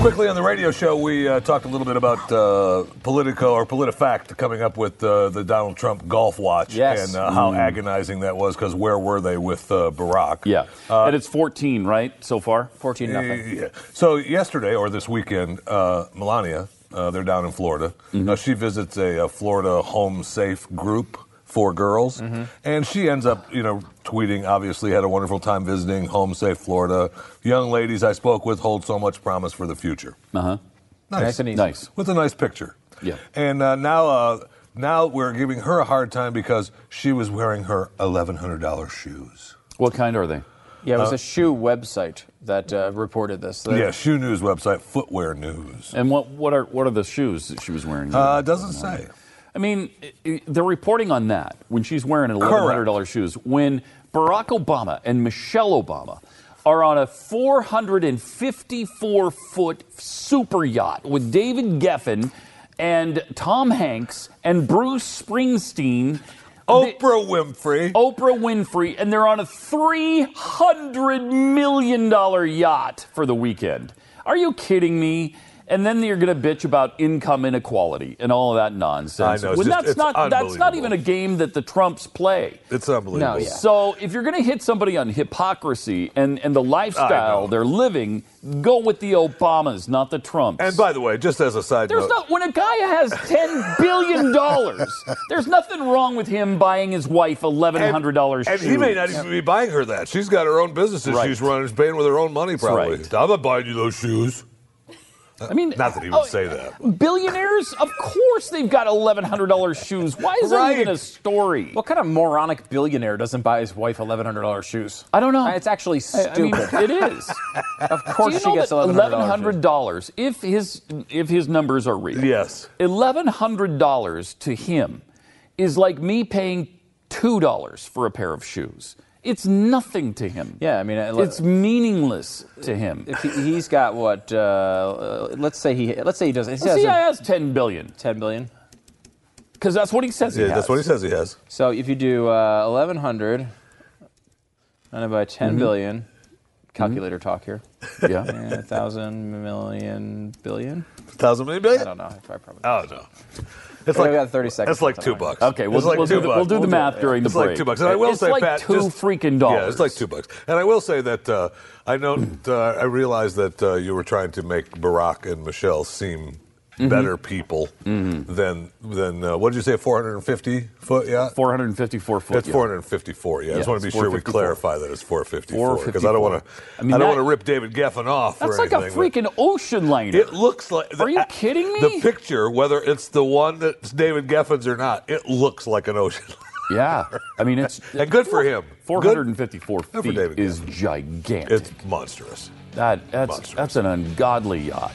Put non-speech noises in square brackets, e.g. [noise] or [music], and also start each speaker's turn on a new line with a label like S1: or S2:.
S1: Quickly on the radio show, we uh, talked a little bit about uh, Politico or PolitiFact coming up with uh, the Donald Trump golf watch
S2: Yes. Mm.
S1: and uh, how agonizing that was because where were they with uh, Barack?
S2: Yeah.
S1: Uh,
S2: and it's 14, right, so far? 14
S1: Yeah. So yesterday or this weekend, uh, Melania, uh, they're down in Florida.
S2: Mm-hmm.
S1: Uh, she visits a, uh Florida Home Safe group for girls,
S2: Mm-hmm.
S1: and she ends up, you know, tweeting. Obviously, had a wonderful time visiting Home Safe Florida. Young ladies I spoke with hold so much promise for the future.
S2: Uh huh.
S1: Nice,
S2: Nice.
S1: with a nice picture.
S2: Yeah.
S1: And uh, now, uh, now we're giving her a hard time because she was wearing her eleven hundred dollars shoes.
S2: What kind are they?
S3: Yeah, it
S1: Uh,
S3: was a shoe website that uh, reported this. The-
S1: Yeah, shoe news website, footwear news.
S2: And what, what are what are the shoes that she was wearing?
S1: Uh, doesn't say.
S2: I mean, i- i- they're reporting on that when she's wearing eleven hundred dollars shoes. When Barack Obama and Michelle Obama are on a four hundred and fifty-four foot super yacht with David Geffen and Tom Hanks and Bruce Springsteen. they-
S1: Oprah Winfrey.
S2: Oprah Winfrey, and they're on a $300 million yacht for the weekend. Are you kidding me? And then you're going to bitch about income inequality and all of that nonsense.
S1: I know, it's
S2: When
S1: just-
S2: that's
S1: it's
S2: not that's not
S1: unbelievable.
S2: even a game that the Trumps play.
S1: It's unbelievable.
S3: No, yeah.
S2: So if you're going to hit somebody on hypocrisy and, and the
S1: know.
S2: lifestyle they're living, go with the Obamas, not the Trumps.
S1: And by the way, just as a side
S2: There's
S1: note,
S2: not when a guy has ten billion dollars.
S1: [laughs]
S2: there's nothing wrong with him buying his wife eleven
S1: and-
S2: hundred dollars.
S1: And he may not even be buying her that. She's got her own businesses
S2: Right.
S1: she's running, she's paying with her own money probably.
S2: right.
S1: I'm not buying you those shoes.
S2: I mean, oh,
S1: Not that he would say that.
S2: Billionaires, of course, they've got eleven hundred dollars shoes. Why is
S1: Right.
S2: that even a story?
S3: What kind of moronic billionaire doesn't buy his wife $1,100 shoes?
S2: I don't know.
S3: Uh, It's actually
S2: [laughs] I-
S3: stupid.
S2: I mean, it
S3: [laughs]
S2: is.
S3: of
S2: Do
S3: course
S2: you
S3: she
S2: know
S3: gets
S2: that
S3: $1,100. shoes.
S2: dollars? If his if his numbers are real,
S1: Yes.
S2: eleven hundred dollars to him is like me paying two dollars for a pair of shoes. It's nothing to him.
S3: Yeah, I mean, I-
S2: it's meaningless to him.
S3: If he, he's got what? Uh, uh, let's say he. Let's say he doesn't. He
S2: The
S3: has a
S2: CIA has ten billion
S3: 10 billion.
S2: because that's what he says.
S1: Yeah,
S2: he
S1: that's
S2: has.
S1: what he says he has.
S3: So if you do uh, 1,100 divided by
S2: Mm-hmm.
S3: 10 billion, calculator talk here.
S2: Yeah.
S3: A thousand million billion?
S1: Thousand million billion?
S3: I don't know. I probably.
S1: Oh no. It's
S3: We got 30 seconds
S1: That's like
S3: left
S1: two
S3: on that.
S1: bucks.
S2: Okay, we'll,
S1: It's like
S2: we'll,
S1: two
S2: do, the, we'll
S1: bucks.
S2: do the math during the
S1: It's
S2: break.
S1: like two bucks. And I will
S2: it's
S1: say,
S2: like
S1: Pat,
S2: two
S1: just-
S2: freaking dollars.
S1: Yeah, it's like two bucks. And I will say that uh, I know uh, I realized that uh, you were trying to make Barack and Michelle seem
S2: Mm-hmm.
S1: better people than than uh, what did you say? 450 foot Yeah,
S2: 454 foot.
S1: It's
S2: yeah.
S1: 454. Yeah, I just
S2: Yeah,
S1: want to be
S2: it's
S1: sure we
S2: 454.
S1: clarify that it's 454 because I don't want to. I,
S2: I mean,
S1: don't
S2: that-
S1: want to rip David Geffen off.
S2: That's
S1: or
S2: like a
S1: anything, but-
S2: freaking ocean liner.
S1: it looks like.
S2: Are you kidding me?
S1: The picture, whether it's the one that's David Geffen's or not, it looks like an ocean. [laughs]
S2: yeah. I mean, it's.
S1: and [laughs] good for him. Good-
S2: 454
S1: for
S2: feet
S1: David
S2: is gigantic.
S1: It's monstrous.
S2: that, that's,
S1: monstrous.
S2: that's an ungodly yacht.